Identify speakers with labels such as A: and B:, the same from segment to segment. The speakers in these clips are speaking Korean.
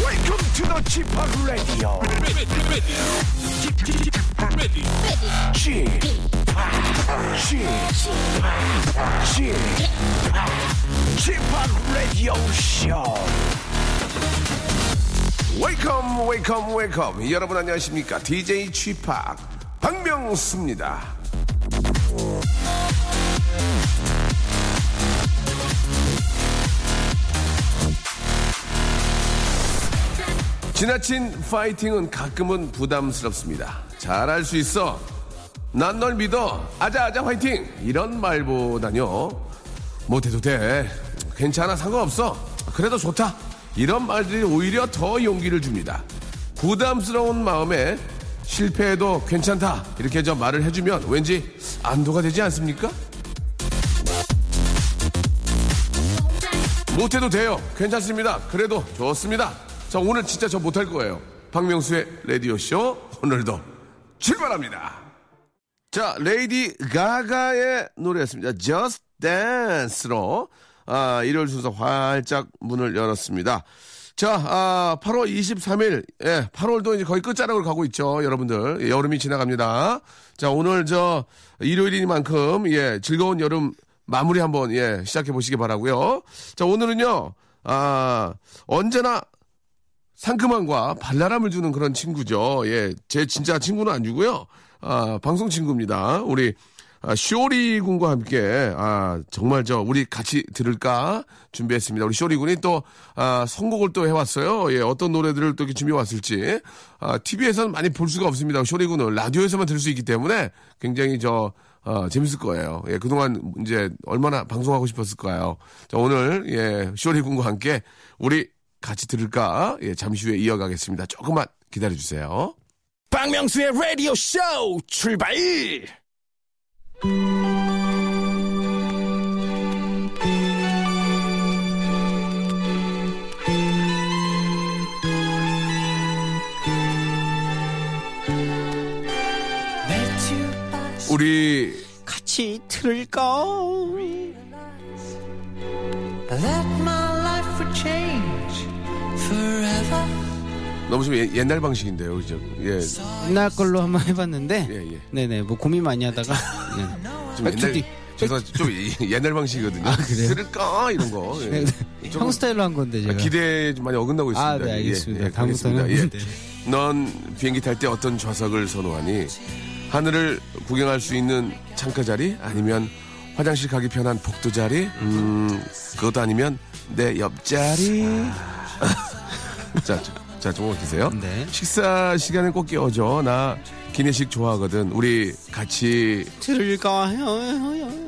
A: Welcome to the Chip Radio. Chip Chip Chip Radio Show.
B: 웨이컴 웨이컴 웨이컴 여러분 안녕하십니까 DJ 취팍 박명수입니다 지나친 파이팅은 가끔은 부담스럽습니다 잘할 수 있어 난 널 믿어 아자아자 화이팅 이런 말보다요 못해도 돼 괜찮아 상관없어 그래도 좋다 이런 말들이 오히려 더 용기를 줍니다 부담스러운 마음에 실패해도 괜찮다 이렇게 저 말을 해주면 왠지 안도가 되지 않습니까? 못해도 돼요 괜찮습니다 그래도 좋습니다 자 오늘 진짜 저 못할 거예요 박명수의 라디오쇼 오늘도 출발합니다 자, 레이디 가가의 노래였습니다. Just Dance로 아, 일요일 순서 활짝 문을 열었습니다. 자, 아, 8월 23일, 예, 8월도 이제 거의 끝자락으로 가고 있죠, 여러분들. 예, 여름이 지나갑니다. 자, 오늘 저 일요일이니만큼 예, 즐거운 여름 마무리 한번 예, 시작해 보시기 바라고요. 자, 오늘은요. 아, 언제나 상큼함과 발랄함을 주는 그런 친구죠. 예, 제 진짜 친구는 아니고요. 아, 방송 친구입니다. 우리 아, 쇼리 군과 함께 아, 정말 저 우리 같이 들을까 준비했습니다. 우리 쇼리 군이 또 아, 선곡을 또 해왔어요. 예, 어떤 노래들을 또 이렇게 준비해 왔을지 아, TV에서는 많이 볼 수가 없습니다. 쇼리 군은 라디오에서만 들 수 있기 때문에 굉장히 저 어, 재밌을 거예요. 예, 그동안 이제 얼마나 방송하고 싶었을까요? 자, 오늘, 예, 쇼리 군과 함께 우리 같이 들을까? 예, 잠시 후에 이어가겠습니다. 조금만 기다려주세요.
A: 박명수의 라디오 쇼 출발.
B: 우리
C: 같이 들을까?
D: That my life would change forever.
B: 너무 좀 예- 옛날 방식인데요, 그죠? 예,
C: 옛날 걸로 한번 해봤는데,
B: 예, 예.
C: 네네 뭐 고민 많이 하다가 네.
B: 좀 옛날
C: 백투디. 아,
B: 죄송 좀 예- 옛날 방식이거든요.
C: 그래요?
B: 들을까 이런 거. 예. 조금
C: 형 스타일로 한 건데 제가
B: 아, 기대에 좀 많이 어긋나고 있습니다.
C: 아, 네, 알겠습니다.
B: 예, 예,
C: 다음부터는 네.
B: 알겠습니다. 예. 넌 비행기 탈 때 어떤 좌석을 선호하니? 하늘을 구경할 수 있는 창가 자리? 아니면 화장실 가기 편한 복도 자리? 음, 그것도 아니면 내 옆자리?
C: 아,
B: 자, 자, 자, 조금만 계세요.
C: 네.
B: 식사 시간에 꼭 깨워줘. 나 기내식 좋아하거든. 우리 같이
C: 들을까? 형, 형, 형.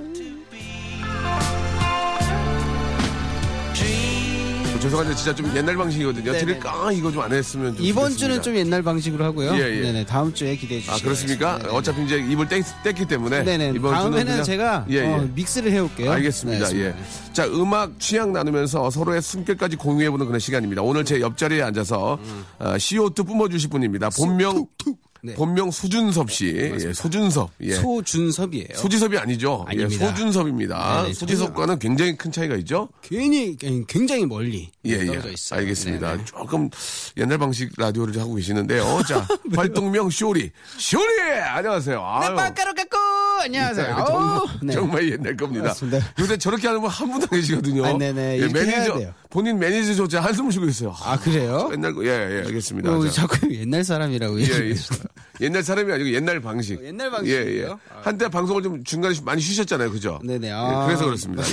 B: 뭐 죄송한데 진짜 좀 옛날 방식이거든요.
C: 네네.
B: 들을까? 이거 좀 안 했으면 좀
C: 이번
B: 좋겠습니다.
C: 주는 좀 옛날 방식으로 하고요.
B: 예, 예.
C: 네네 다음 주에 기대해 주시죠.
B: 아 그렇습니까? 어차피 이제 입을 뗐, 뗐기 때문에
C: 네, 네네
B: 이번
C: 다음에는
B: 주는 그냥-
C: 제가
B: 예, 예.
C: 어, 믹스를 해올게요.
B: 알겠습니다.
C: 네,
B: 예. 자, 음악 취향 나누면서 서로의 숨결까지 공유해보는 그런 시간입니다. 오늘 제 옆자리에 앉아서
C: 음.
B: 어, CO2 뿜어주실 분입니다. 본명
C: 네.
B: 본명 소준섭 씨, 예, 소준섭, 예.
C: 소준섭이에요.
B: 소지섭이 아니죠? 예,
C: 아닙니다.
B: 소준섭입니다.
C: 네네,
B: 소지섭과는 굉장히 큰 차이가 있죠?
C: 괜히 굉장히 멀리
B: 예, 예.
C: 떨어져 네, 있어요.
B: 알겠습니다.
C: 네네.
B: 조금 옛날 방식 라디오를 하고 계시는데요. 자, 활동명 쇼리. 쇼리! 안녕하세요.
C: 네,
B: 아유.
C: 빵가루 갖고 안녕하세요.
B: 정말,
C: 어우, 네.
B: 정말 옛날 겁니다.
C: 맞습니다.
B: 요새 저렇게 하는 분 한 분도 안 계시거든요.
C: 아, 네네.
B: 예,
C: 이렇게 해야
B: 매니저,
C: 돼요.
B: 본인 매니저조차 한숨을 쉬고 있어요.
C: 아 그래요?
B: 옛날 거, 예, 예, 알겠습니다.
C: 어,
B: 자,
C: 자꾸 옛날 사람이라고
B: 예, 예.
C: 얘기해.
B: 옛날 사람이 아니고 옛날 방식.
C: 어, 옛날
B: 예, 예.
C: 방식이에요?
B: 한때 방송을 좀 중간에 많이 쉬셨잖아요. 그죠?
C: 네네.
B: 예,
C: 아.
B: 그래서 그렇습니다.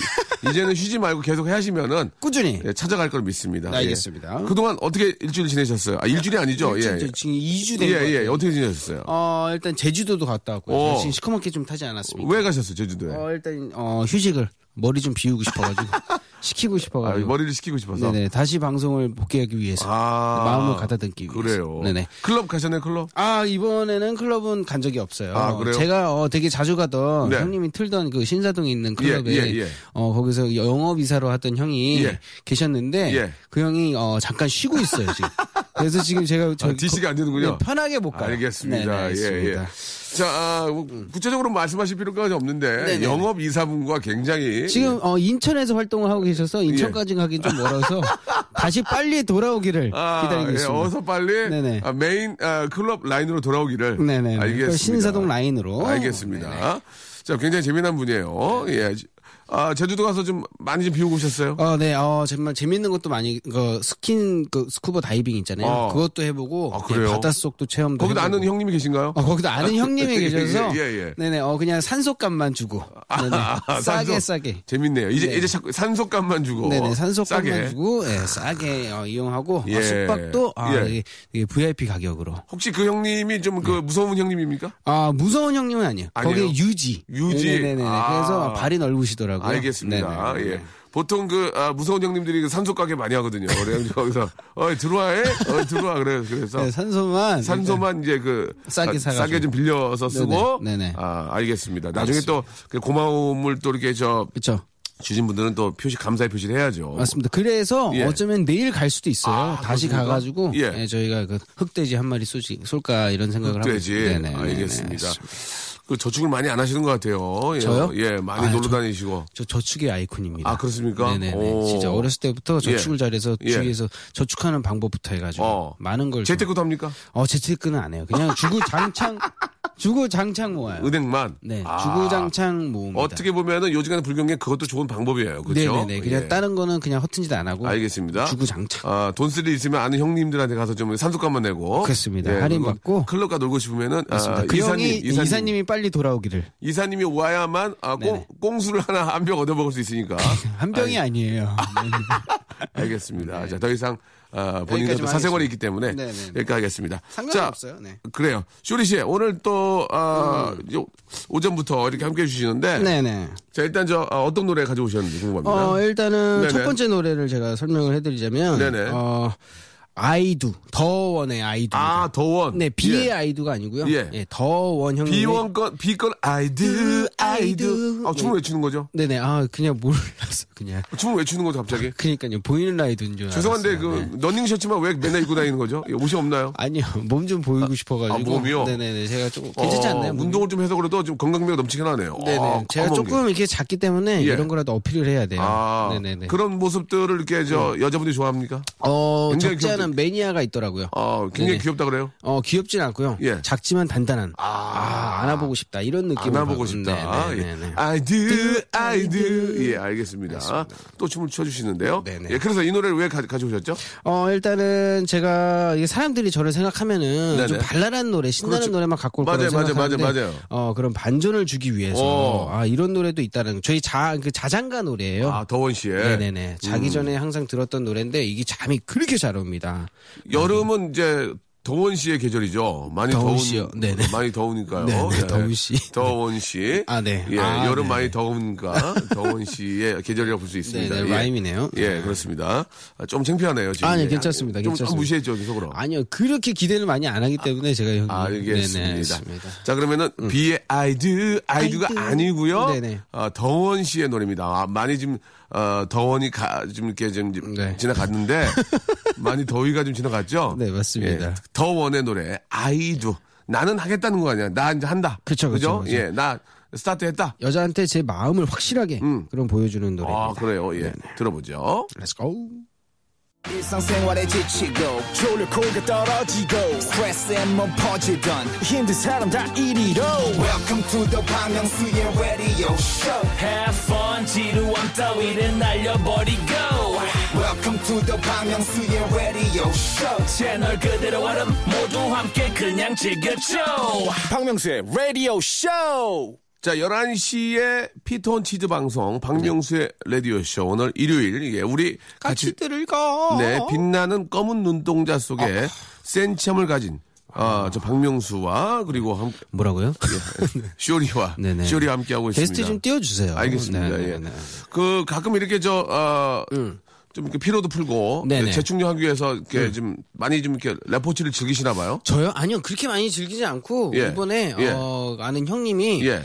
B: 이제는 쉬지 말고 계속 하시면은
C: 꾸준히.
B: 예, 찾아갈 걸 믿습니다.
C: 네, 알겠습니다. 네,
B: 예. 그동안 어떻게 일주일 지내셨어요? 아, 일주일이 아니죠?
C: 일주일,
B: 예.
C: 지금 2주
B: 예,
C: 된 거예요.
B: 예. 어떻게 지내셨어요?
C: 어, 일단 제주도도 갔다 왔고요.
B: 어.
C: 지금 시커멓게 좀 타지 않았습니다.
B: 왜 가셨어요, 제주도에?
C: 어, 일단 어, 휴식을 머리 좀 비우고 싶어가지고 시키고
B: 아,
C: 싶어가지고.
B: 머리를 식히고 싶어서.
C: 네. 네네 다시 방송을 복귀하기 위해서
B: 아.
C: 마음을 가다듬기 위해서.
B: 그래요.
C: 네네.
B: 클럽 가셨네 클럽.
C: 아 이번에는 클럽은 간 적이 없어요.
B: 아, 그래요?
C: 제가 어, 되게 자주 가던
B: 네.
C: 형님이 틀던 그 신사동에 있는
B: 예,
C: 클럽에
B: 예, 예.
C: 어, 거기서 영업 이사로 하던 형이
B: 예.
C: 계셨는데
B: 예.
C: 그 형이 어, 잠깐 쉬고 있어요 지금. 그래서 지금 제가 저
B: DC가 안 되는군요.
C: 네, 편하게 못 가요.
B: 아, 알겠습니다.
C: 네, 네,
B: 예, 예.
C: 알겠습니다.
B: 자, 아, 뭐 구체적으로 말씀하실 필요가 없는데
C: 네네.
B: 영업 이사분과 굉장히
C: 지금 어, 인천에서 활동을 하고 계셔서
B: 예.
C: 인천까지 가긴 좀 멀어서 다시 빨리 돌아오기를
B: 아,
C: 기다리고
B: 예,
C: 있습니다.
B: 어서 빨리
C: 네네.
B: 아, 메인 아, 클럽 라인으로 돌아오기를
C: 네네. 그
B: 알겠습니다.
C: 신사동 라인으로.
B: 알겠습니다. 자, 굉장히 재미난 분이에요.
C: 네.
B: 예. 아, 제주도 가서 좀 많이 좀 비우고 오셨어요?
C: 어, 네, 어, 정말 재밌는 것도 많이, 그, 스킨, 그, 스쿠버 다이빙 있잖아요.
B: 어.
C: 그것도 해보고,
B: 아, 그래요?
C: 예, 바닷속도 체험도
B: 거기도
C: 해보고.
B: 아는 형님이 계신가요?
C: 어, 거기도 아는 형님이 계셔서,
B: 예, 예, 예.
C: 네네, 어, 그냥 산소값만 주고, 네네,
B: 아,
C: 싸게,
B: 산소.
C: 싸게.
B: 재밌네요. 이제
C: 네.
B: 이제 자꾸 산소값만 주고
C: 네네, 산소값만
B: 어, 싸게.
C: 주고, 예, 싸게, 어, 이용하고, 어,
B: 예.
C: 숙박도, 아,
B: 예.
C: 이게, 이게 VIP 가격으로.
B: 혹시 그 형님이 좀
C: 네.
B: 그 무서운 형님입니까?
C: 아, 무서운 형님은 아니에요.
B: 아니에요?
C: 거기에 유지.
B: 유지.
C: 네네네.
B: 아.
C: 그래서 발이 넓으시더라고요.
B: 알겠습니다.
C: 네네네.
B: 예. 보통 그 아, 무서운 형님들이 그 산소 가게 많이 하거든요. 그래서 거기서 어이 들어와 해, 어이 들어와 그래 그래서
C: 네, 산소만.
B: 산소만 이제 그
C: 싸게
B: 아,
C: 사가지고.
B: 싸게 좀 빌려서 쓰고
C: 네네. 네네.
B: 아 알겠습니다. 나중에 또 그 고마움을 또 이렇게 저
C: 그쵸.
B: 주신 분들은 또 표시 감사의 표시를 해야죠.
C: 맞습니다. 그래서
B: 어. 예.
C: 어쩌면 내일 갈 수도 있어요.
B: 아,
C: 다시
B: 그렇습니까?
C: 가가지고
B: 예.
C: 예, 저희가 그 흑돼지 한 마리 쏘지, 쏠까 이런 생각을
B: 돼지
C: 하고 있어요. 네네네네.
B: 알겠습니다. 그 저축을 많이 안 하시는 것 같아요. 예.
C: 저요?
B: 예, 많이
C: 아,
B: 놀러
C: 저-
B: 다니시고.
C: 저 저축의 아이콘입니다.
B: 아, 그렇습니까? 오.
C: 네네네. 진짜 어렸을 때부터 저축을
B: 예.
C: 잘해서
B: 예.
C: 주위에서 저축하는 방법부터 해가지고
B: 어.
C: 많은 걸 좀-
B: 재테크도 합니까?
C: 어 재테크는 안 해요. 그냥 주구장창 주구장창 모아요.
B: 은행만.
C: 네,
B: 아.
C: 주구장창 모읍니다.
B: 어떻게 보면은 요즘에 불경기엔 그것도 좋은 방법이에요. 그렇죠?
C: 네네네. 그냥
B: 예.
C: 다른 거는 그냥 허튼 짓 안 하고.
B: 알겠습니다.
C: 주구장창.
B: 아, 돈 쓸 일 있으면 아는 형님들한테 가서 좀 산소값만 내고. 예,
C: 그렇습니다. 할인
B: 그리고
C: 받고.
B: 클럽가 놀고 싶으면은 아,
C: 맞습니다. 그
B: 이사님,
C: 형이
B: 이사님,
C: 이사님. 이 빨리 돌아오기를
B: 이사님이 와야만 아, 꽁,
C: 네네.
B: 꽁수를 하나 한 병 얻어 먹을 수 있으니까.
C: 한 병이 아니. 에요
B: 알겠습니다. 자, 더 이상 아, 본인의 또
C: 네. 여기까지만
B: 사생활이 있기 때문에
C: 네네.
B: 여기까지 하겠습니다. 자,
C: 상관없어요. 네.
B: 그래요. 쇼리 씨, 오늘 또 아, 요- 오전부터 이렇게 함께 해 주시는데
C: 음. 네네.
B: 자, 일단 저 아, 어떤 노래 가지고 오셨는지 궁금합니다.
C: 어 일단은
B: 네네.
C: 첫 번째 노래를 제가 설명을 해드리자면
B: 네네.
C: 어 아이두 더원의 아이두.
B: 아, 더원.
C: 네 비의
B: 예.
C: 아이두가 아니고요.
B: 예.
C: 더원 형님.
B: 비원 건 비건 I
C: 그
B: do I do. 아, 춤을 왜 추는 거죠?
C: 네네. 아 그냥 몰랐어. 그냥.
B: 춤을 왜 추는 거죠, 갑자기?
C: 그러니까요 보이는 라이드인 줄.
B: 죄송한데
C: 아, 알았어요. 네.
B: 그 러닝 셔츠만 왜 맨날 입고 다니는 거죠? 예, 옷이 없나요?
C: 아니요 몸 좀 보이고 싶어가지고.
B: 아, 몸이요?
C: 네네네. 제가 조금 괜찮지
B: 어,
C: 않나요? 몸이?
B: 운동을 좀 해서 그래도 좀 건강미가 넘치긴 하네요.
C: 네네.
B: 아,
C: 제가
B: 까먹은 게.
C: 조금 이렇게 작기 때문에
B: 예.
C: 이런 거라도 어필을 해야 돼요.
B: 아,
C: 네네네. 네.
B: 그런 모습들을 이렇게 저 여자분들이 좋아합니까?
C: 어,
B: 굉장히
C: 적지 않은 매니아가 있더라고요.
B: 어, 굉장히
C: 네네.
B: 귀엽다 그래요?
C: 어, 귀엽진 않고요.
B: 예.
C: 작지만 단단한. 아, 안아보고 싶다. 이런 느낌을.
B: 안아보고
C: 받고.
B: 싶다.
C: 네, 네, 네,
B: 예.
C: 네.
B: I do, I do. 예, 알겠습니다. 또 춤을 춰주시는데요.
C: 네네.
B: 예, 그래서 이 노래를 왜 가, 가져오셨죠?
C: 어, 일단은 제가 이게 사람들이 저를 생각하면은
B: 네네.
C: 좀 발랄한 노래, 신나는
B: 그렇죠.
C: 노래만 갖고 올
B: 맞아요,
C: 거라고
B: 맞아요,
C: 생각하는데
B: 맞아요, 맞아요.
C: 어, 그런 반전을 주기 위해서
B: 오.
C: 아, 이런 노래도 있다는 저희 자, 그 자장가 노래예요.
B: 아, 음. 더원 씨의.
C: 네네네. 자기 전에 항상 들었던 노래인데 이게 잠이 그렇게 잘 옵니다.
B: 여름은 이제 더원 씨의 계절이죠. 많이
C: 더운
B: 더운
C: 씨요. 네네.
B: 많이 더우니까요.
C: 네네,
B: 예.
C: 더운 씨.
B: 더원 씨.
C: 아, 네.
B: 예,
C: 아,
B: 여름
C: 네.
B: 많이 더우니까 더원 씨의 계절이라고 볼 수 있습니다.
C: 네네,
B: 예.
C: 라임이네요.
B: 예, 그렇습니다. 아, 좀 창피하네요, 지금.
C: 아니요,
B: 예.
C: 괜찮습니다,
B: 좀
C: 괜찮습니다.
B: 무시했죠, 속으로.
C: 아니요 그렇게 기대를 많이 안 하기 때문에 제가 형님
B: 아, 알겠습니다.
C: 네네, 알겠습니다.
B: 자, 그러면은 비의 I do, I do가
C: I do.
B: 아니고요.
C: 네네.
B: 아, 더원 씨의 노래입니다. 아, 많이 지금 어, 더원이 가, 좀 이렇게 좀
C: 네.
B: 지나갔는데 많이 더위가 좀 지나갔죠.
C: 네, 맞습니다.
B: 더원의 노래 I do. 나는 하겠다는 거 아니야. 나 이제 한다.
C: 그쵸,
B: 그죠?
C: 그쵸, 그쵸.
B: 예, 나 스타트 했다.
C: 여자한테 제 마음을 확실하게 그런 보여주는 노래입니다.
B: 아, 그래요.
C: 네,
B: 예, 들어보죠.
C: Let's go.
E: 일상생활에 지치고, 졸려 코가 떨어지고, 스트레스에 몸 퍼지던, 힘든 사람 다 이리로. welcome to the Bang Myung-soo's radio show
F: Have fun 지루함 따위를 날려버리고
E: welcome to the Bang Myung-soo's radio show
F: 채널 그대로 얼음 모두 함께 그냥 즐겨줘
A: 박명수의 라디오 쇼
B: 자, 11시에 피톤 치즈 방송 박명수의 라디오쇼 오늘 일요일 이게 우리 같이
C: 네. 들을까? 어.
B: 네, 빛나는 검은 눈동자 속에 센 체험을 가진 아, 저 박명수와 그리고 함,
C: 뭐라고요?
B: 예, 쇼리와
C: 네. 네네.
B: 쇼리와 함께 하고 있습니다.
C: 게스트 좀 띄워주세요.
B: 알겠습니다.
C: 네, 네,
B: 예.
C: 네.
B: 그 가끔 이렇게 저 어, 좀 이렇게 피로도 풀고
C: 네네. 음.
B: 재충전하기 위해서 이렇게 좀 많이 좀 이렇게 레포츠를 즐기시나 봐요.
C: 저요? 아니요 그렇게 많이 즐기지 않고
B: 예.
C: 이번에
B: 예.
C: 어, 아는 형님이
B: 예.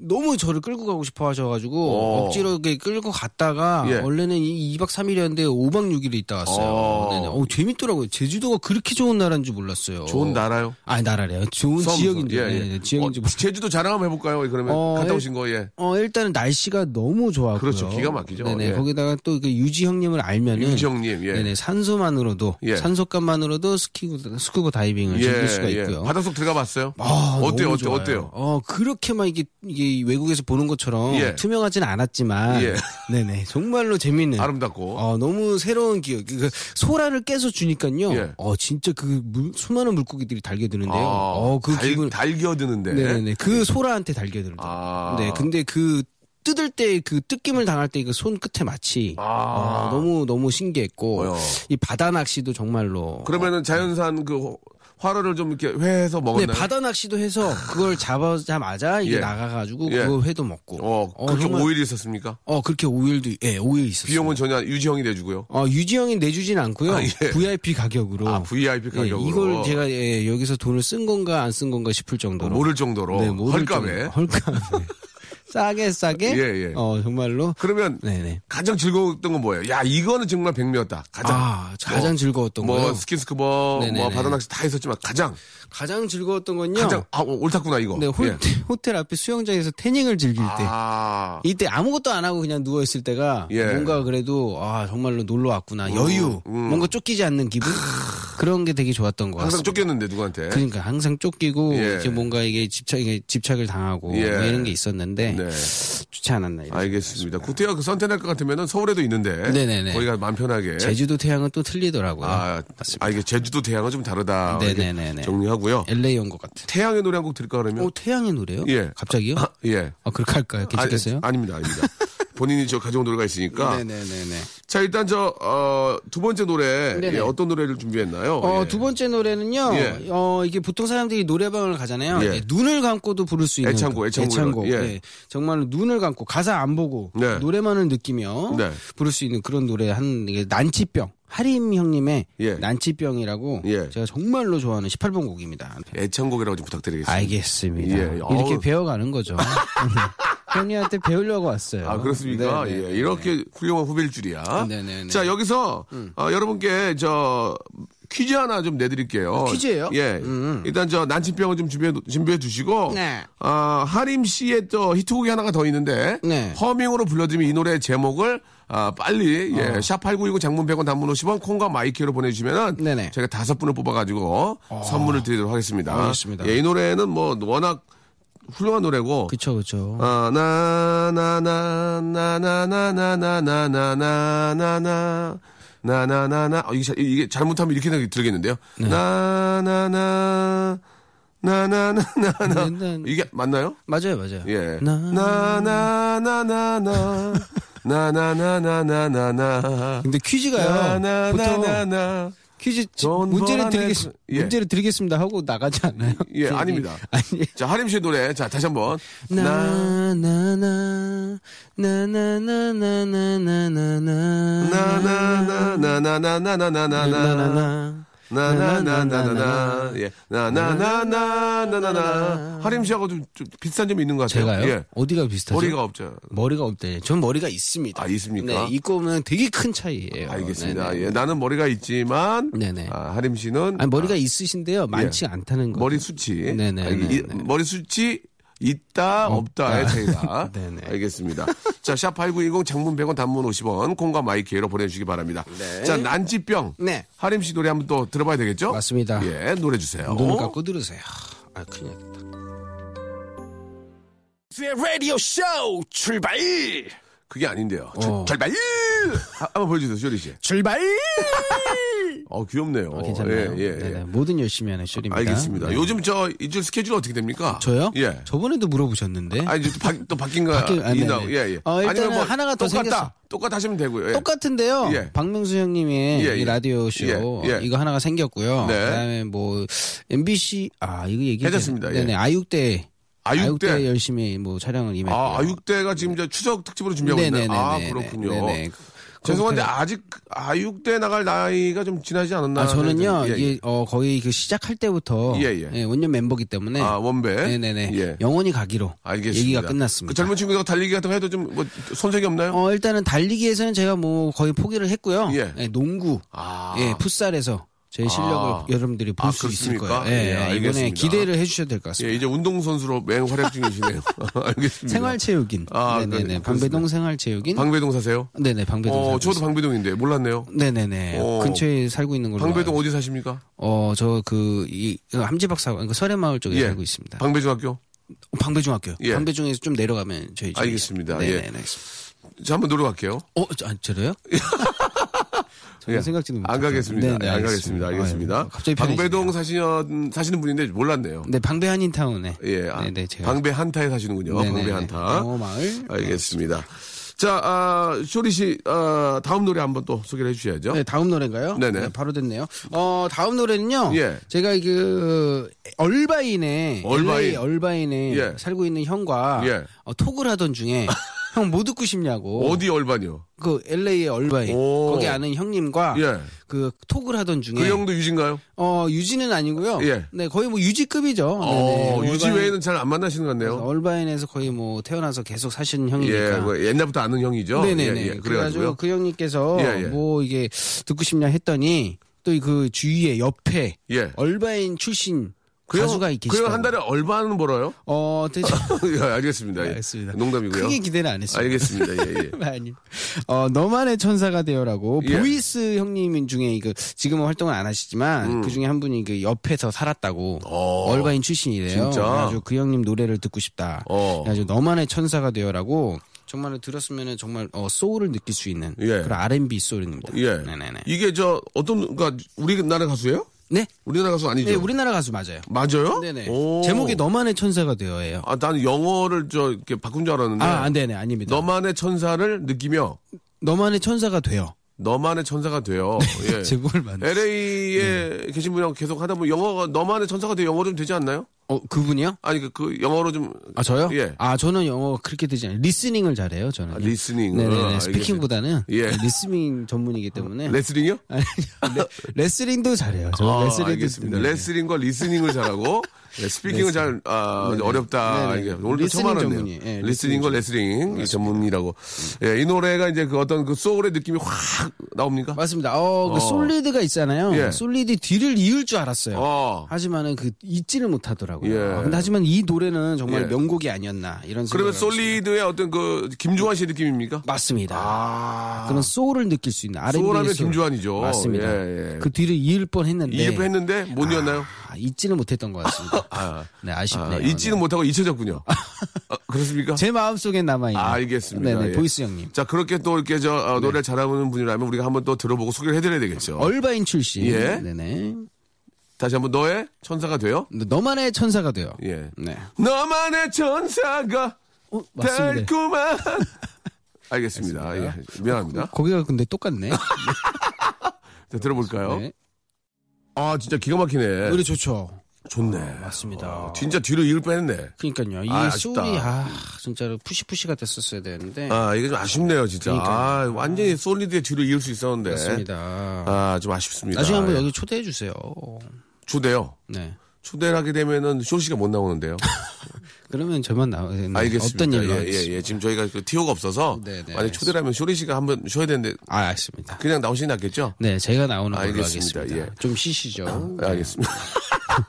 C: 너무 저를 끌고 가고 싶어 하셔가지고
B: 어.
C: 억지로 이렇게 끌고 갔다가
B: 예.
C: 원래는 2박 3일이었는데 5박 6일에 있다 왔어요.
B: 어.
C: 네네. 어, 재밌더라고요. 제주도가 그렇게 좋은 나라인 줄 몰랐어요.
B: 좋은 나라요?
C: 아니 나라래요. 좋은
B: 섬,
C: 음, 지역인데
B: 섬. 예, 예.
C: 네, 지역인지
B: 어,
C: 몰랐어요.
B: 제주도 자랑 한번 해볼까요? 그러면
C: 어,
B: 갔다
C: 일-
B: 오신 거 예.
C: 어 일단은 날씨가 너무 좋았고요.
B: 그렇죠. 기가 막히죠.
C: 네네.
B: 예.
C: 거기다가 또그 유지 형님을 알면은
B: 유지 형님, 예.
C: 네네. 산소만으로도
B: 예.
C: 산소감만으로도 스키고 스쿠버 다이빙을 네, 즐길 수가 있고요.
B: 예. 바닷속 들어가봤어요?
C: 아,
B: 어때요?
C: 너무
B: 어때요?
C: 좋아요.
B: 어때요?
C: 어, 그렇게만 이게, 이게 외국에서 보는 것처럼
B: 예.
C: 투명하진 않았지만,
B: 예.
C: 네네. 정말로 재밌는.
B: 아름답고.
C: 어, 너무 새로운 기억. 그, 소라를 깨서 주니까요.
B: 예.
C: 어, 진짜 그 물- 수많은 물고기들이 달겨드는데요.
B: 아,
C: 어, 그
B: 달, 예.
C: 기분.
B: 달겨드는데.
C: 네네. 그 소라한테 달겨들더라고요.
B: 아.
C: 네. 근데 그, 뜯을 때 그 뜯김을 당할 때 그 손 끝에 마치
B: 아.
C: 어, 너무 너무 신기했고
B: 어여.
C: 이 바다 낚시도 정말로
B: 그러면은 자연산 그 호- 화로를 좀 이렇게 회해서
C: 네,
B: 먹었나요?
C: 바다 낚시도 해서 그걸 잡아자마자 이게
B: 어, 예.
C: 나가가지고
B: 예.
C: 그거 회도 먹고.
B: 어, 그렇게
C: 정말-
B: 오일이 있었습니까?
C: 어, 그렇게 오일도, 예, 오일 있었어요.
B: 비용은 전혀 유지형이 내주고요.
C: 어, 유지형이 내주진 않고요.
B: 아, 예.
C: VIP 가격으로.
B: 아, VIP
C: 예,
B: 가격으로.
C: 이걸 제가 예, 여기서 돈을 쓴 건가 안 쓴 건가 싶을 정도로.
B: 모를 정도로.
C: 네, 모를
B: 헐값에.
C: 정도로. 헐값에. 싸게 싸게.
B: 예, 예.
C: 어, 정말로.
B: 그러면
C: 네네.
B: 가장 즐거웠던 건 뭐예요? 야, 이거는 정말 백미였다. 가장.
C: 아, 가장 즐거웠던
B: 뭐
C: 거요?
B: 스킨스쿠버, 뭐
C: 네네네.
B: 바다 낚시 다 했었지만 가장
C: 가장 즐거웠던 건요.
B: 가장 아 오- 옳다구나 이거.
C: 네, 홀,
B: 예.
C: 호텔 앞에 수영장에서 태닝을 즐길 때.
B: 아,
C: 이때 아무것도 안 하고 그냥 누워 있을 때가
B: 예. 음,
C: 뭔가 그래도 아 정말로 놀러 왔구나 여유 뭔가 쫓기지 않는 기분 그런 게 되게 좋았던 것
B: 항상
C: 같습니다.
B: 쫓겼는데 누구한테?
C: 그러니까 항상 쫓기고
B: 예.
C: 이렇게 뭔가 이게 집착 이게 집착을 당하고
B: 예.
C: 뭐 이런 게 있었는데
B: 네, 아,
C: 좋지 않았나 이런
B: 알겠습니다. 구태여 그 선탠할 것 같으면은 서울에도 있는데
C: 네네네.
B: 거기가 마음 편하게.
C: 제주도 태양은 또 틀리더라고요.
B: 예. 아, 아 이게 제주도 태양은 좀 다르다. 이렇게
C: 네네네네.
B: 정리하고요.
C: LA 온 것 같아.
B: 태양의 노래 한 곡 들을까 그러면?
C: 오 태양의 노래요?
B: 예.
C: 갑자기요?
B: 아,
C: 아,
B: 예.
C: 그렇게 할까요? 괜찮겠어요?
B: 아, 닙니다 그러니까 아닙니다. 본인이 저 가져온 노래가 있으니까.
C: 네네네네.
B: 자, 일단 저, 어, 두 번째 노래.
C: 네네.
B: 예, 어떤 노래를 준비했나요?
C: 어,
B: 예.
C: 두 번째 노래는요.
B: 예.
C: 어, 이게 보통 사람들이 노래방을 가잖아요.
B: 예.
C: 예, 눈을 감고도 부를 수 있는
B: 애창곡,
C: 그-
B: 애창곡.
C: 애창곡.
B: 예.
C: 예. 정말 눈을 감고 가사 안 보고
B: 네.
C: 노래만을 느끼며
B: 네.
C: 부를 수 있는 그런 노래 한 이게 난치병. 하림 형님의
B: 예.
C: 난치병이라고
B: 예.
C: 제가 정말로 좋아하는 18번 곡입니다.
B: 애창곡이라고 좀 부탁드리겠습니다.
C: 알겠습니다.
B: 예.
C: 이렇게
B: 어우.
C: 배워가는 거죠. 형님한테 배우려고 왔어요.
B: 아, 그렇습니까?
C: 네, 네,
B: 예,
C: 네.
B: 이렇게 훌륭한 후배일 줄이야.
C: 네네네. 음.
B: 자, 여기서, 어, 여러분께 저, 퀴즈 하나 좀 내드릴게요.
C: 아, 퀴즈예요? 음.
B: 예. 일단 저, 난치병을 좀 준비해, 준비해 주시고.
C: 네.
B: 아, 하림 씨의 또 히트곡이 하나가 더 있는데.
C: 네.
B: 허밍으로 불러드리면 이 노래의 제목을, 아, 빨리, 예.
C: 어.
B: 샵8910 장문 100원 단문 50원 콩과 마이키로 보내주시면은.
C: 네네. 어.
B: 저희가 다섯 분을 뽑아가지고 선물을 드리도록 하겠습니다.
C: 알겠습니다.
B: 예, 이 노래는 뭐, 워낙 훌륭한 노래고.
C: 그쵸, 그쵸.
B: 아, 나, 나, 나, 나, 나, 나, 나, 나, 나, 나, 나, 나, 나. 나, 나, 나, 나. 어, 이게, 자- 이게 잘못하면 이렇게 되- 들리겠는데요. 나, 나, 나. 나, 나, 나, 나, 나.
C: 네, 네.
B: 이게 맞나요?
C: 맞아요, 맞아요.
B: 예.
C: 나,
B: 나, 나, 나, 나, 나. 나, 나, 나, 나, 나, 나, 나.
C: 근데
B: 나,
C: 퀴즈가요.
B: 나, 나,
C: 보통
B: 나, 나.
C: 퀴즈 지-
B: 돈
C: 문제를
B: 벌어내-
C: 드리겠
B: 예.
C: 문제를 드리겠습니다 하고 나가지 않나요?
B: 예, 아닙니다.
C: 아니
B: 자, 하림 씨의 노래. 자, 다시 한 번. 나,
C: 나나나 나나나나나나나나
B: 나, 나, 나, 나, 나, 나, 나, 나, 나, 나, 나.
C: 나나나
B: 나나나나나나 예 나나나나나나나 하림 씨하고 좀, 좀 비슷한 점이 있는 것 같아요.
C: 제가요?
B: 예.
C: 어디가 비슷하죠?
B: 머리가 없죠.
C: 머리가 없대. 전 머리가 있습니다.
B: 아, 있습니까?
C: 네, 있고 없는 되게 큰 차이예요.
B: 알겠습니다.
C: 아, 네네.
B: 예, 나는 머리가 있지만
C: 네네.
B: 아, 하림 씨는
C: 아니 머리가
B: 아, 예.
C: 있으신데요. 많지 않다는 거.
B: 머리 수치
C: 네네,
B: 아, 이-
C: 네네.
B: 머리 수치 있다 없다의 차이다.
C: 네네.
B: 알겠습니다. 자, 샵 8910 장문 100원 단문 50원 콩과 마이크로 보내 주시기 바랍니다. 자, 난치병.
C: 네.
B: 하림 씨 노래 한번 또 들어봐야 되겠죠?
C: 맞습니다.
B: 예, 노래 주세요.
C: 눈을 감고 들으세요. 아, 큰일 났다.
A: 박명수의 라디오 쇼 출발!
B: 그게 아닌데요. 출-
C: 어.
B: 출발! 아, 한번 보여주세요, 쇼리 씨.
A: 출발!
B: 어, 귀엽네요.
C: 어, 괜찮나요?
B: 예, 예, 예.
C: 네네. 뭐든 열심히 하는 쇼입니다. 네.
B: 알겠습니다. 요즘 저 일주일 스케줄 어떻게 됩니까?
C: 저요?
B: 예.
C: 저번에도 물어보셨는데
B: 아, 이제 또, 바, 또 바뀐가?
C: 바뀐- 아, 네네.
B: 예, 예.
C: 어, 일단은
B: 아니면 뭐
C: 하나가 더
B: 똑같다.
C: 생겼어.
B: 똑같다 하시면 되고요. 예.
C: 똑같은데요.
B: 예.
C: 박명수 형님의
B: 예, 예.
C: 이 라디오 쇼
B: 예, 예.
C: 이거 하나가 생겼고요.
B: 네.
C: 그다음에 뭐 MBC 아 이거 얘기
B: 해줬습니다. 예.
C: 네네 아육대
B: 아육대.
C: 열심히 뭐 촬영을 임했고요.
B: 아, 아육대가 지금 이제 추석 특집으로 준비하고 있나요?
C: 네네네네.
B: 아, 그렇군요.
C: 네네.
B: 죄송한데
C: 그렇게-
B: 아직 아육대 나갈 나이가 좀 지나지 않았나?
C: 아, 저는요,
B: 하는 좀- 예,
C: 이게, 어, 거의 그 시작할 때부터.
B: 예, 예.
C: 예, 원년 멤버기 때문에.
B: 아, 원배.
C: 네네네.
B: 예.
C: 영원히 가기로.
B: 알겠습니다.
C: 얘기가
B: 그
C: 끝났습니다.
B: 젊은 친구들 달리기 같은 거 해도 좀 뭐 손색이 없나요?
C: 어, 일단은 달리기에서는 제가 뭐 거의 포기를 했고요.
B: 예.
C: 농구.
B: 아.
C: 예, 풋살에서 제 실력을
B: 아.
C: 여러분들이 볼
B: 아,
C: 수 있을
B: 그렇습니까?
C: 거예요.
B: 예,
C: 이번에
B: 알겠습니다.
C: 기대를 해주셔야 될 것 같습니다.
B: 예, 이제 운동선수로 맹활약 중이시네요. 알겠습니다.
C: 생활체육인.
B: 아,
C: 네네네.
B: 그-
C: 방배동
B: 그렇습니다.
C: 생활체육인.
B: 방배동 사세요?
C: 네네, 방배동.
B: 어,
C: 살고
B: 저도
C: 있어요.
B: 방배동인데 몰랐네요.
C: 네네네.
B: 어.
C: 근처에 살고 있는 걸로.
B: 방배동
C: 알아요.
B: 어디 사십니까?
C: 어, 저 그, 이, 함지박사, 그러니까 설해마을 쪽에 살고 있습니다.
B: 예.
C: 어,
B: 방배중학교.
C: 방배중학교.
B: 예.
C: 방배중에서 좀 내려가면 저희 집.
B: 알겠습니다.
C: 네네.
B: 예.
C: 알겠습니다.
B: 자, 한번 놀러 갈게요.
C: 어, 저- 아, 저래요? 전혀
B: 예.
C: 생각지도
B: 안
C: 못했어요.
B: 가겠습니다. 예,
C: 네네,
B: 안 가겠습니다.
C: 알겠습니다.
B: 알겠습니다.
C: 아유, 예. 갑자기
B: 방배동
C: 편해지네요.
B: 사시는, 사시는 분인데 몰랐네요.
C: 네, 방배 한인타운에.
B: 예. 아,
C: 네네, 제가.
B: 방배 한타에 사시는군요.
C: 네네네.
B: 방배 한타.
C: 영어마을.
B: 알겠습니다. 자, 아, 쇼리 씨, 아, 다음 노래 한번 또 소개를 해주셔야죠.
C: 네, 다음 노래인가요?
B: 네네.
C: 바로 됐네요. 어, 다음 노래는요.
B: 예.
C: 제가 그 얼바인에
B: 얼바인.
C: LA 얼바인에
B: 예.
C: 살고 있는 형과
B: 예.
C: 어, 톡을 하던 중에 형 뭐 듣고 싶냐고.
B: 어디 얼반이요?
C: 그 LA의 얼바인
B: 오.
C: 거기 아는 형님과
B: 예.
C: 그 톡을 하던 중에
B: 그 형도 유진가요?
C: 어, 유지는 아니고요.
B: 예.
C: 네, 거의 뭐 유지급이죠. 어, 네네.
B: 어, 유지
C: 얼바인-
B: 외에는 잘 안 만나시는 것
C: 그래서
B: 같네요.
C: 얼바인에서 거의 뭐 태어나서 계속 사시는 형이니까.
B: 예, 뭐 옛날부터 아는 형이죠.
C: 네네네.
B: 예, 예,
C: 그래가지고
B: 그래가지고요.
C: 그 형님께서
B: 예, 예.
C: 뭐 이게 듣고 싶냐 했더니 또 그 주위에 옆에
B: 예.
C: 얼바인 출신
B: 그 형-
C: 가수가
B: 그
C: 계시다.
B: 형 한 달에 얼마는 벌어요?
C: 어, 대신
B: 예, 알겠습니다. 예.
C: 알겠습니다.
B: 농담이고요.
C: 크게 기대는 안 했어요.
B: 알겠습니다. 예, 예.
C: 아니, 어 너만의 천사가 되어라고
B: 예.
C: 보이스 형님 중에 그 지금은 활동을 안 하시지만 그 중에 한 분이 그 옆에서 살았다고
B: 음. 어.
C: 얼바인 출신이래요.
B: 진짜?
C: 그래가지고 그 형님 노래를 듣고 싶다.
B: 어.
C: 그래가지고 너만의 천사가 되어라고 정말로 들었으면은 정말 어, 소울을 느낄 수 있는
B: 예.
C: 그런 R&B 소울입니다.
B: 예.
C: 네네네.
B: 이게 저 어떤 그러니까 우리나라 가수예요?
C: 네.
B: 우리나라 가수 아니죠?
C: 네, 우리나라 가수 맞아요.
B: 맞아요?
C: 네네.
B: 오.
C: 제목이 너만의 천사가 되어예요.
B: 아, 나는 영어를 저 이렇게 바꾼 줄 알았는데.
C: 아, 안 되네, 아닙니다.
B: 너만의 천사를 느끼며
C: 너만의 천사가 되어.
B: 너만의 천사가 돼요.
C: 네,
B: 예.
C: 제목을 만.
B: LA에
C: 네.
B: 계신 분이랑 계속 하다 보면 영어가 너만의 천사가 돼 영어 좀 되지 않나요?
C: 어, 그분이요?
B: 아니 그, 그 영어로 좀
C: 아 저요?
B: 예.
C: 아 저는 영어 그렇게 되지 않아요. 리스닝을 잘해요 저는.
B: 아, 리스닝을.
C: 네네네.
B: 알겠어요.
C: 스피킹보다는 네,
B: 예.
C: 리스닝 전문이기 때문에.
B: 레슬링이요?
C: 아니, 레, 레슬링도 잘해요. 저는
B: 아,
C: 네, 레슬링도 네.
B: 알겠습니다.
C: 듣는데.
B: 레슬링과 리스닝을 잘하고 네, 스피킹은 잘 아,
C: 네네.
B: 어렵다.
C: 네네.
B: 이게 오늘도 처음
C: 리스닝
B: 알았네요.
C: 전문이. 예,
B: 리스닝과
C: 리스닝
B: 레슬링 이 전문이라고. 예, 이 노래가 이제 그 어떤 그 소울의 느낌이 확 나옵니까?
C: 맞습니다. 어, 그
B: 어.
C: 솔리드가 있잖아요.
B: 예.
C: 솔리드 뒤를 이을 줄 알았어요.
B: 어.
C: 하지만은 그 잊지를 못하더라고요.
B: 예.
C: 아, 근데 하지만 이 노래는 정말
B: 예.
C: 명곡이 아니었나 이런 생각을
B: 그러면
C: 하고 있습니다.
B: 솔리드의 어떤 그 김종환 씨 느낌입니까?
C: 맞습니다.
B: 아.
C: 그런 소울을 느낄 수 있는 R&B
B: 소울하면 김주환이죠.
C: 맞습니다.
B: 예, 예.
C: 그 뒤를 이을 뻔했는데
B: 이입 했는데 못 이었나요?
C: 아, 잊지는 못했던 것 같습니다. 네, 아쉽네요.
B: 아, 잊지는 못하고 잊혀졌군요. 아, 그렇습니까?
C: 제 마음속에 남아있는.
B: 알겠습니다.
C: 네네,
B: 예.
C: 보이스 형님. 네.
B: 자, 그렇게 또 이렇게 저 어, 노래 잘하는 분이라면 우리가 한번 또 들어보고 소개를 해드려야 되겠죠.
C: 얼바인 출신.
B: 예.
C: 네네.
B: 다시 한번 너의 천사가 돼요?
C: 너- 너만의 천사가 돼요.
B: 예.
C: 네.
B: 너만의 천사가
C: 어, 맞습니다.
B: 달콤한. 알겠습니다. 예. 미안합니다.
C: 거기가 근데 똑같네.
B: 자, 들어볼까요?
C: 네.
B: 아, 진짜 기가 막히네.
C: 노래 좋죠.
B: 좋네.
C: 맞습니다.
B: 아, 진짜 뒤로 이을 뻔했네.
C: 그러니까요. 이
B: 아, 아쉽다.
C: 소리, 아, 진짜로 푸시푸시가 됐었어야 되는데.
B: 아, 이게 좀 아쉽네요, 진짜. 아,
C: 그러니까요.
B: 완전히 솔리드의 뒤로 이을 수 있었는데.
C: 맞습니다.
B: 아, 좀 아쉽습니다.
C: 나중에 한번
B: 예.
C: 여기 초대해 주세요.
B: 초대요.
C: 네.
B: 초대를 하게 되면은 쇼씨가 못 나오는데요.
C: 그러면 저만 나오겠네요.
B: 알겠습니다.
C: 어떤 일로
B: 예, 예,
C: 하겠습니다.
B: 예. 지금 저희가 그 티오가 없어서
C: 네, 네,
B: 만약 초대를 하면 쇼리 씨가 한번 쉬어야 되는데
C: 아, 알겠습니다.
B: 그냥 나오시는 게 낫겠죠?
C: 네, 제가 나오는 걸로
B: 알겠습니다.
C: 알겠습니다.
B: 예.
C: 좀 쉬시죠.
B: 네, 알겠습니다.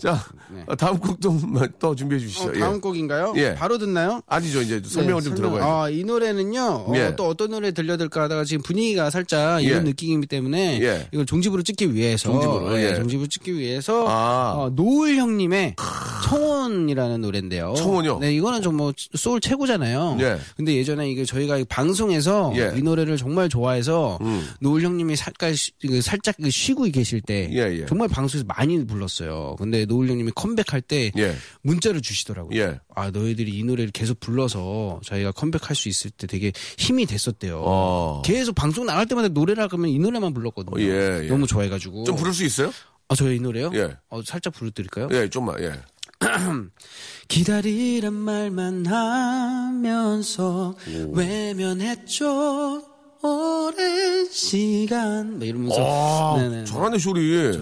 B: 자, 어, 다음 곡 좀 또 준비해 주시죠.
C: 네. 어, 다음
B: 예.
C: 곡인가요?
B: 예.
C: 바로 듣나요?
B: 아니죠. 이제 설명을
C: 네,
B: 좀
C: 설명.
B: 들어봐야죠.
C: 아, 이 노래는요. 어,
B: 예.
C: 또 어떤 노래 들려야 될까 하다가 지금 분위기가 살짝
B: 예.
C: 이런 느낌이기 때문에
B: 예.
C: 이걸 종집으로 찍기 위해서
B: 종집으로, 예.
C: 종집으로 찍기 위해서
B: 아.
C: 어, 노을 형님의 청혼이라는 노래인데요.
B: 청혼이요?
C: 네, 이거는 좀 뭐 소울 최고잖아요.
B: 예.
C: 근데 예전에 이게 저희가 이 방송에서
B: 예. 음.
C: 이 노래를 정말 좋아해서 노을 형님이 살짝 쉬- 그 살짝 그 쉬고 계실 때
B: 예, 예.
C: 정말 방송에서 많이 불렀어요. 근데 노을 형님이 컴백할 때
B: 예.
C: 문자를 주시더라고요.
B: 예.
C: 아 너희들이 이 노래를 계속 불러서 저희가 컴백할 수 있을 때 되게 힘이 됐었대요.
B: 어.
C: 계속 방송 나갈 때마다 노래를 하면 이 노래만 불렀거든요.
B: 어, 예, 예.
C: 너무 좋아해가지고.
B: 좀 부를 수 있어요?
C: 아 저희 이 노래요?
B: 예.
C: 어, 살짝 부르드릴까요?
B: 예, 좀만. 예.
C: 기다리란 말만 하면서 외면했죠 오랜 시간 막 이러면서
B: 아,
C: 네네
B: 잘하네, 쇼리.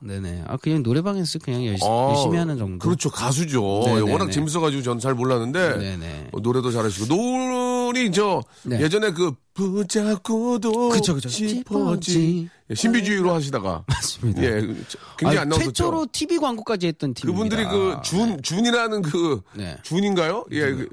C: 네네 아 그냥 노래방에서 그냥 열심히,
B: 아,
C: 열심히 하는 정도
B: 그렇죠. 가수죠.
C: 네, 네,
B: 워낙
C: 네.
B: 재밌어가지고 저는 잘 몰랐는데
C: 네네.
B: 어, 노래도 잘하시고 노을이 저
C: 네.
B: 예전에 그 붙잡고도
C: 그쵸, 그쵸.
B: 짚어지 예, 신비주의로 하시다가
C: 맞습니다
B: 예 굉장히
C: 아,
B: 안 나왔었죠.
C: 최초로 TV 광고까지 했던 팀
B: 그분들이 그 준 준이라는 그
C: 네.
B: 준인가요? 예, 그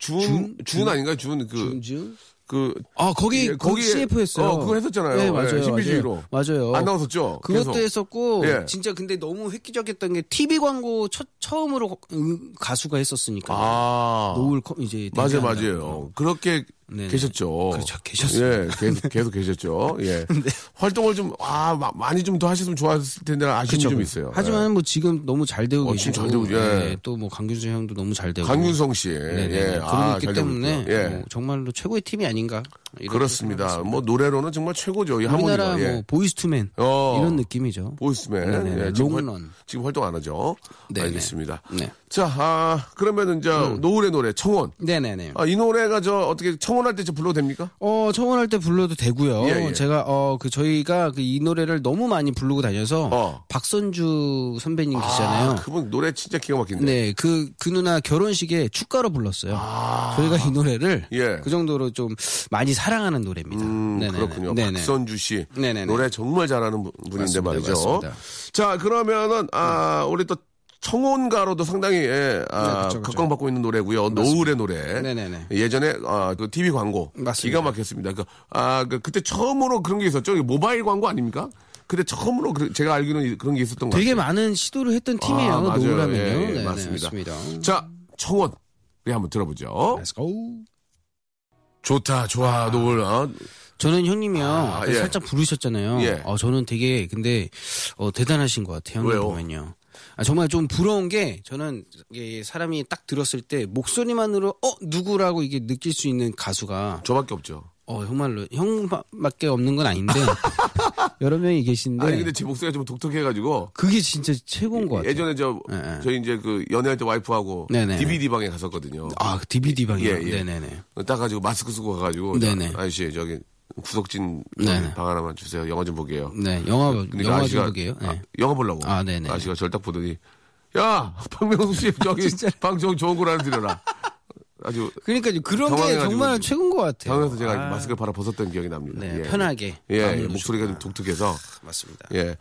B: 예준준 준 아닌가요? 준그
C: 준주
B: 그
C: 아 거기
B: 예,
C: 거기
B: 거기에-
C: CF였어요.
B: 어, 그거 했었잖아요.
C: 네
B: 예,
C: 맞아요.
B: 신비주의로.
C: 맞아요. 맞아요.
B: 안 나왔었죠?
C: 그것도
B: 계속.
C: 했었고
B: 예.
C: 진짜 근데 너무 획기적이었던 게 TV 광고 첫 처음으로 음, 가수가 했었으니까
B: 아.
C: 노을 컴- 이제
B: 맞아요,
C: 데뷔한다고.
B: 맞아요. 그렇게
C: 네네.
B: 계셨죠.
C: 그렇죠, 계셨어요. 네.
B: 예, 계속, 계속 계셨죠. 예. 활동을 좀, 아, 마- 많이 좀 더 하셨으면 좋았을 텐데 아쉬움이
C: 그쵸.
B: 좀 있어요.
C: 하지만 뭐 지금 너무 잘 되고
B: 예. 어,
C: 계시고
B: 지금 잘 되고, 예.
C: 또뭐 강균수 형도 너무 잘 되고
B: 강윤성 씨.
C: 뭐 네네.
B: 예,
C: 그러고
B: 아,
C: 있기
B: 잘 되고
C: 때문에
B: 있고요. 예.
C: 뭐 정말로 최고의 팀이 아닌가 이렇게
B: 그렇습니다.
C: 생각합니다.
B: 뭐, 노래로는 정말 최고죠. 이
C: 우리나라
B: 하모니가. 예.
C: 뭐 보이스투맨
B: 어.
C: 이런 느낌이죠.
B: 보이스맨.
C: 네네네.
B: 예, 지금, 활,
C: 롱런.
B: 지금 활동 안 하죠.
C: 네네.
B: 알겠습니다.
C: 네.
B: 자, 아, 그러면은 이제
C: 음.
B: 노을의 노래, 청원.
C: 네네네.
B: 아, 이 노래가 저 어떻게 청원할 때 저 불러도 됩니까?
C: 어, 청혼할 때 불러도 되고요.
B: 예, 예.
C: 제가 어, 그 저희가 그 이 노래를 너무 많이 부르고 다녀서
B: 어.
C: 박선주 선배님 계시잖아요.
B: 아, 그분 노래 진짜 기가 막힌데.
C: 네, 그, 그 누나 결혼식에 축가로 불렀어요. 저희가 이 노래를
B: 아. 예.
C: 그 정도로 좀 많이 사랑하는 노래입니다.
B: 음,
C: 네네네.
B: 그렇군요.
C: 네네.
B: 박선주 씨
C: 네네네.
B: 노래 정말 잘하는 분- 분인데
C: 맞습니다,
B: 말이죠.
C: 맞습니다.
B: 자 그러면은 아 우리 또 청혼가로도 상당히 예, 아,
C: 네, 그쵸, 그쵸.
B: 각광받고 있는 노래고요. 노을의 노래.
C: 네네네.
B: 예전에 아, 그 TV 광고
C: 맞습니다.
B: 기가 막혔습니다. 그, 아, 그, 그때 처음으로 그런 게 있었죠. 이게 모바일 광고 아닙니까? 그때 처음으로 그- 제가 알기로는 이- 그런 게 있었던 것 같아요.
C: 되게 많은 시도를 했던 팀이에요.
B: 아, 맞아요.
C: 노우라면요.
B: 예, 예,
C: 네네,
B: 맞습니다.
C: 맞습니다.
B: 자 청혼 우리 한번 들어보죠.
C: Let's go.
B: 좋다 좋아 노을 아,
C: 저는 형님이요.
B: 아,
C: 아까
B: 예.
C: 살짝 부르셨잖아요.
B: 예.
C: 어, 저는 되게 근데 어, 대단하신 것 같아요. 형님
B: 왜요?
C: 보면요. 아, 정말 좀 부러운 게 저는 이게 사람이 딱 들었을 때 목소리만으로 어 누구라고 이게 느낄 수 있는 가수가
B: 저밖에 없죠.
C: 어 정말로 형밖에 없는 건 아닌데 여러 명이 계신데
B: 아니 근데 제 목소리가 좀 독특해가지고
C: 그게 진짜 최고인 네. 것 같아요.
B: 예전에 저
C: 예, 예.
B: 저희 이제 그 연애할 때 와이프하고
C: 네네.
B: DVD 방에 갔었거든요.
C: 아 DVD 방이요.
B: 예, 예.
C: 네네네.
B: 딱 가지고 마스크 쓰고 가가지고
C: 네네.
B: 아저씨 저기 구석진
C: 네네.
B: 방 하나만 주세요. 영화 좀 보게요.
C: 네 영화
B: 근데
C: 영화
B: 아저씨가
C: 중독이에요. 네.
B: 아, 영화 보려고.
C: 아, 네네.
B: 저씨가 저를 딱 보더니 야 박명수 씨 저기 방송 좋은 걸 하나 드려라. 아주
C: 그러니까 그런 게
B: 당황해가지고 지금
C: 정말 최고인 것 같아요.
B: 방에서 제가 마스크를 바라 벗었던 기억이 납니다.
C: 네,
B: 예.
C: 편하게.
B: 예,
C: 마음을
B: 예, 목소리가 좀
C: 놓으셨구나.
B: 독특해서
C: 맞습니다.
B: 예.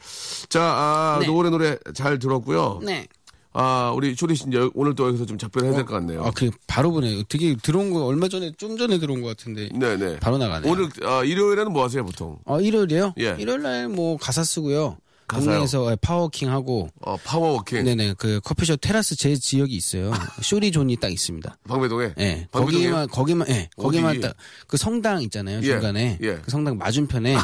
B: 자, 아,
C: 네.
B: 노래 노래 잘 들었고요.
C: 네.
B: 아, 우리 쇼리 씨 이제 오늘 또 여기서 좀 작별해야 될 것 같네요.
C: 아, 그 바로 보내요. 되게 들어온 거 얼마 전에 좀 전에 들어온 것 같은데.
B: 네네.
C: 바로 나가네요.
B: 오늘 아, 일요일에는 뭐 하세요 보통?
C: 어, 일요일이요?
B: 예.
C: 일요일 날 뭐 가사 쓰고요.
B: 가사요?
C: 동네에서 예, 파워킹 하고
B: 어, 파워워킹.
C: 네네 그 커피숍 테라스 제 지역이 있어요. 쇼리존이 딱 있습니다.
B: 방배동에.
C: 예.
B: 아. 방배동에.
C: 거기만 거기만 예.
B: 어디?
C: 거기만 딱 그 성당 있잖아요.
B: 예,
C: 중간에
B: 예.
C: 그 성당 맞은편에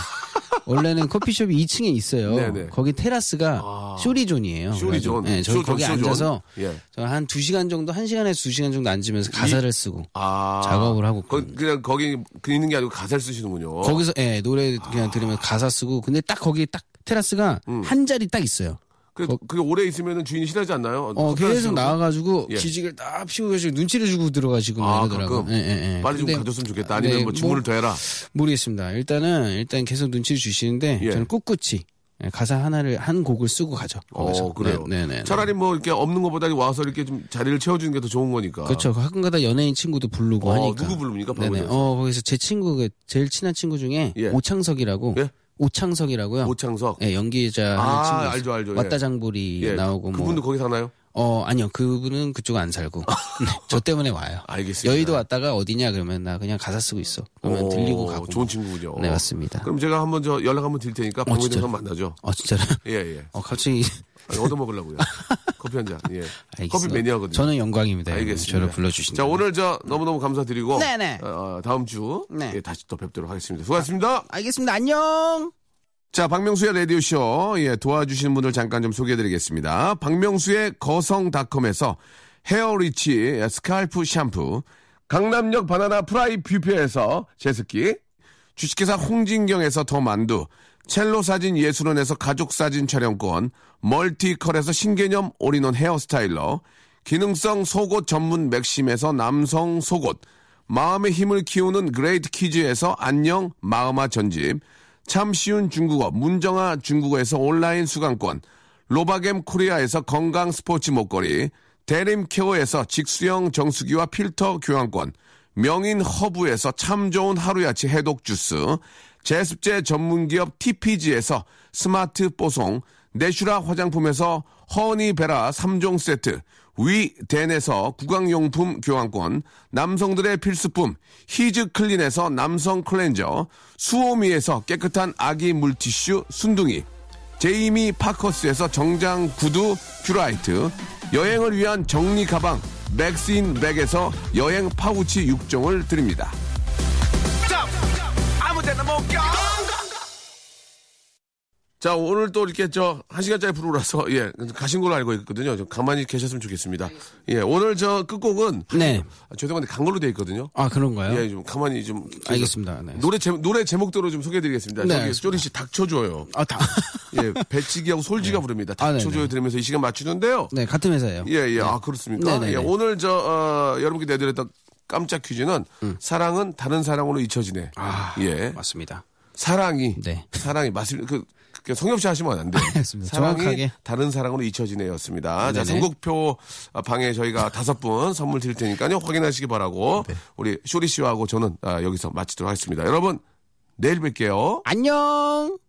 C: 원래는 커피숍이 2층에 있어요.
B: 네네. 아.
C: 거기 테라스가 쇼리존이에요.
B: 쇼리존.
C: 예, 저희
B: 쇼존,
C: 거기
B: 쇼존.
C: 앉아서
B: 예.
C: 저한 2시간 정도 1시간에서 2시간 정도 앉으면서 가사를 쓰고
B: 아.
C: 작업을 하고
B: 거, 그냥 거기 그 있는 게 아니고 가사를 쓰시는군요.
C: 거기서 예 노래
B: 아.
C: 그냥 들으면 가사 쓰고 근데 딱 거기 딱 테라스가
B: 음.
C: 한 자리 딱 있어요.
B: 그, 그게 오래 있으면 주인이 싫어하지 않나요?
C: 어
B: 커피 안
C: 계속
B: 쓰고.
C: 나와가지고
B: 예.
C: 기직을 딱 피우고 계시고 눈치를 주고 들어가시고 예,
B: 아,
C: 그러더라고.
B: 가끔.
C: 네.
B: 빨리 좀 가줬으면 좋겠다. 아니면 뭐 주문을
C: 문
B: 더 해라.
C: 네, 모르겠습니다. 일단은 일단 계속 눈치를 주시는데
B: 예.
C: 저는 꿋꿋이 예, 가사 하나를 한 곡을 쓰고 가죠. 거기서.
B: 어, 그래요.
C: 네, 네, 네.
B: 차라리 뭐 이렇게 없는 것보다 와서 이렇게 좀 자리를 채워주는 게 더 좋은 거니까.
C: 그렇죠. 가끔가다 연예인 친구도 부르고
B: 어,
C: 하니까.
B: 누구 부릅니까?
C: 네네.
B: 방구대에서?
C: 어 거기서 제 친구 그 제일 친한 친구 중에
B: 예.
C: 오창석이라고.
B: 예?
C: 오창석이라고요.
B: 오창석.
C: 예, 연기자
B: 아,
C: 하는 친구 있어요.
B: 알죠, 알죠. 예.
C: 왔다 장보리
B: 예,
C: 나오고 뭐.
B: 그분도 거기 사나요?
C: 어 아니요 그분은 그쪽 안 살고 네, 저 때문에 와요.
B: 알겠습니다.
C: 여의도 왔다가 어디냐 그러면 나 그냥 가사 쓰고 있어. 그러면
B: 오,
C: 들리고 가고.
B: 좋은 친구군요.
C: 네 맞습니다.
B: 그럼 제가 한번 저 연락 한번 드릴 테니까 방구대에서
C: 진짜요?
B: 만나죠.
C: 어 진짜로?
B: 예, 예.
C: 어 갑자기
B: 아니, 얻어먹으려고요. 커피 한 잔. 예.
C: 알겠습니다.
B: 커피 매니아거든요.
C: 저는 영광입니다.
B: 알겠습니다.
C: 저를 불러주신.
B: 자, 오늘 저 너무너무 감사드리고.
C: 네네.
B: 어, 어, 다음 주.
C: 네.
B: 예, 다시 또 뵙도록 하겠습니다. 수고하셨습니다.
C: 알겠습니다. 안녕.
B: 자, 박명수의 라디오쇼. 예, 도와주시는 분들 잠깐 좀 소개해드리겠습니다. 박명수의 거성닷컴에서 헤어리치 스칼프 샴푸, 강남역 바나나 프라이 뷔페에서 제습기, 주식회사 홍진경에서 더 만두, 첼로 사진 예술원에서 가족 사진 촬영권, 멀티컬에서 신개념 올인원 헤어스타일러, 기능성 속옷 전문 맥심에서 남성 속옷, 마음의 힘을 키우는 그레이트 키즈에서 안녕 마음아 전집, 참 쉬운 중국어 문정아 중국어에서 온라인 수강권, 로바겜 코리아에서 건강 스포츠 목걸이, 대림케어에서 직수형 정수기와 필터 교환권, 명인 허브에서 참 좋은 하루야치 해독 주스, 제습제 전문기업 TPG에서 스마트 뽀송, 내슈라 화장품에서 허니베라 3종 세트, 위덴에서 구강용품 교환권, 남성들의 필수품 히즈클린에서 남성 클렌저, 수오미에서 깨끗한 아기 물티슈 순둥이, 제이미 파커스에서 정장 구두 큐라이트 여행을 위한 정리 가방 맥스인 백에서 여행 파우치 6종을 드립니다. 자 오늘 또 이렇게 저 한 시간짜리 프로라서 예 가신 걸로 알고 있거든요. 좀 가만히 계셨으면 좋겠습니다. 예 오늘 저 끝곡은
C: 네.
B: 아, 죄송한데 간 걸로 돼 있거든요.
C: 아 그런가요?
B: 예 좀 가만히 좀
C: 알겠습니다. 네.
B: 노래 제 노래 제목대로 좀 소개해드리겠습니다.
C: 네,
B: 저기
C: 알겠습니다.
B: 쪼리 씨 닥쳐줘요.
C: 아 다.
B: 예 배치기하고 솔지가 부릅니다.
C: 아, 네네.
B: 닥쳐줘요 들으면서 이 시간 맞추는데요.
C: 네 같은 회사예요.
B: 예, 예. 아, 그렇습니까?
C: 네네네.
B: 예, 오늘 저, 어, 여러분께 내드렸던 깜짝 퀴즈는 사랑은 다른 사랑으로 잊혀지네.
C: 음. 아
B: 예.
C: 맞습니다.
B: 사랑이.
C: 네.
B: 사랑이. 맞습니다. 그, 그 성엽 씨 하시면 안 돼요.
C: 알겠습니다.
B: 사랑이
C: 정확하게.
B: 다른 사랑으로 잊혀지네였습니다. 자,
C: 네네.
B: 선곡표 어, 방에 저희가 다섯 분 선물 드릴 테니까요. 확인하시기 바라고
C: 네.
B: 우리 쇼리 씨하고 저는 아, 여기서 마치도록 하겠습니다. 여러분, 내일 뵐게요.
C: 안녕.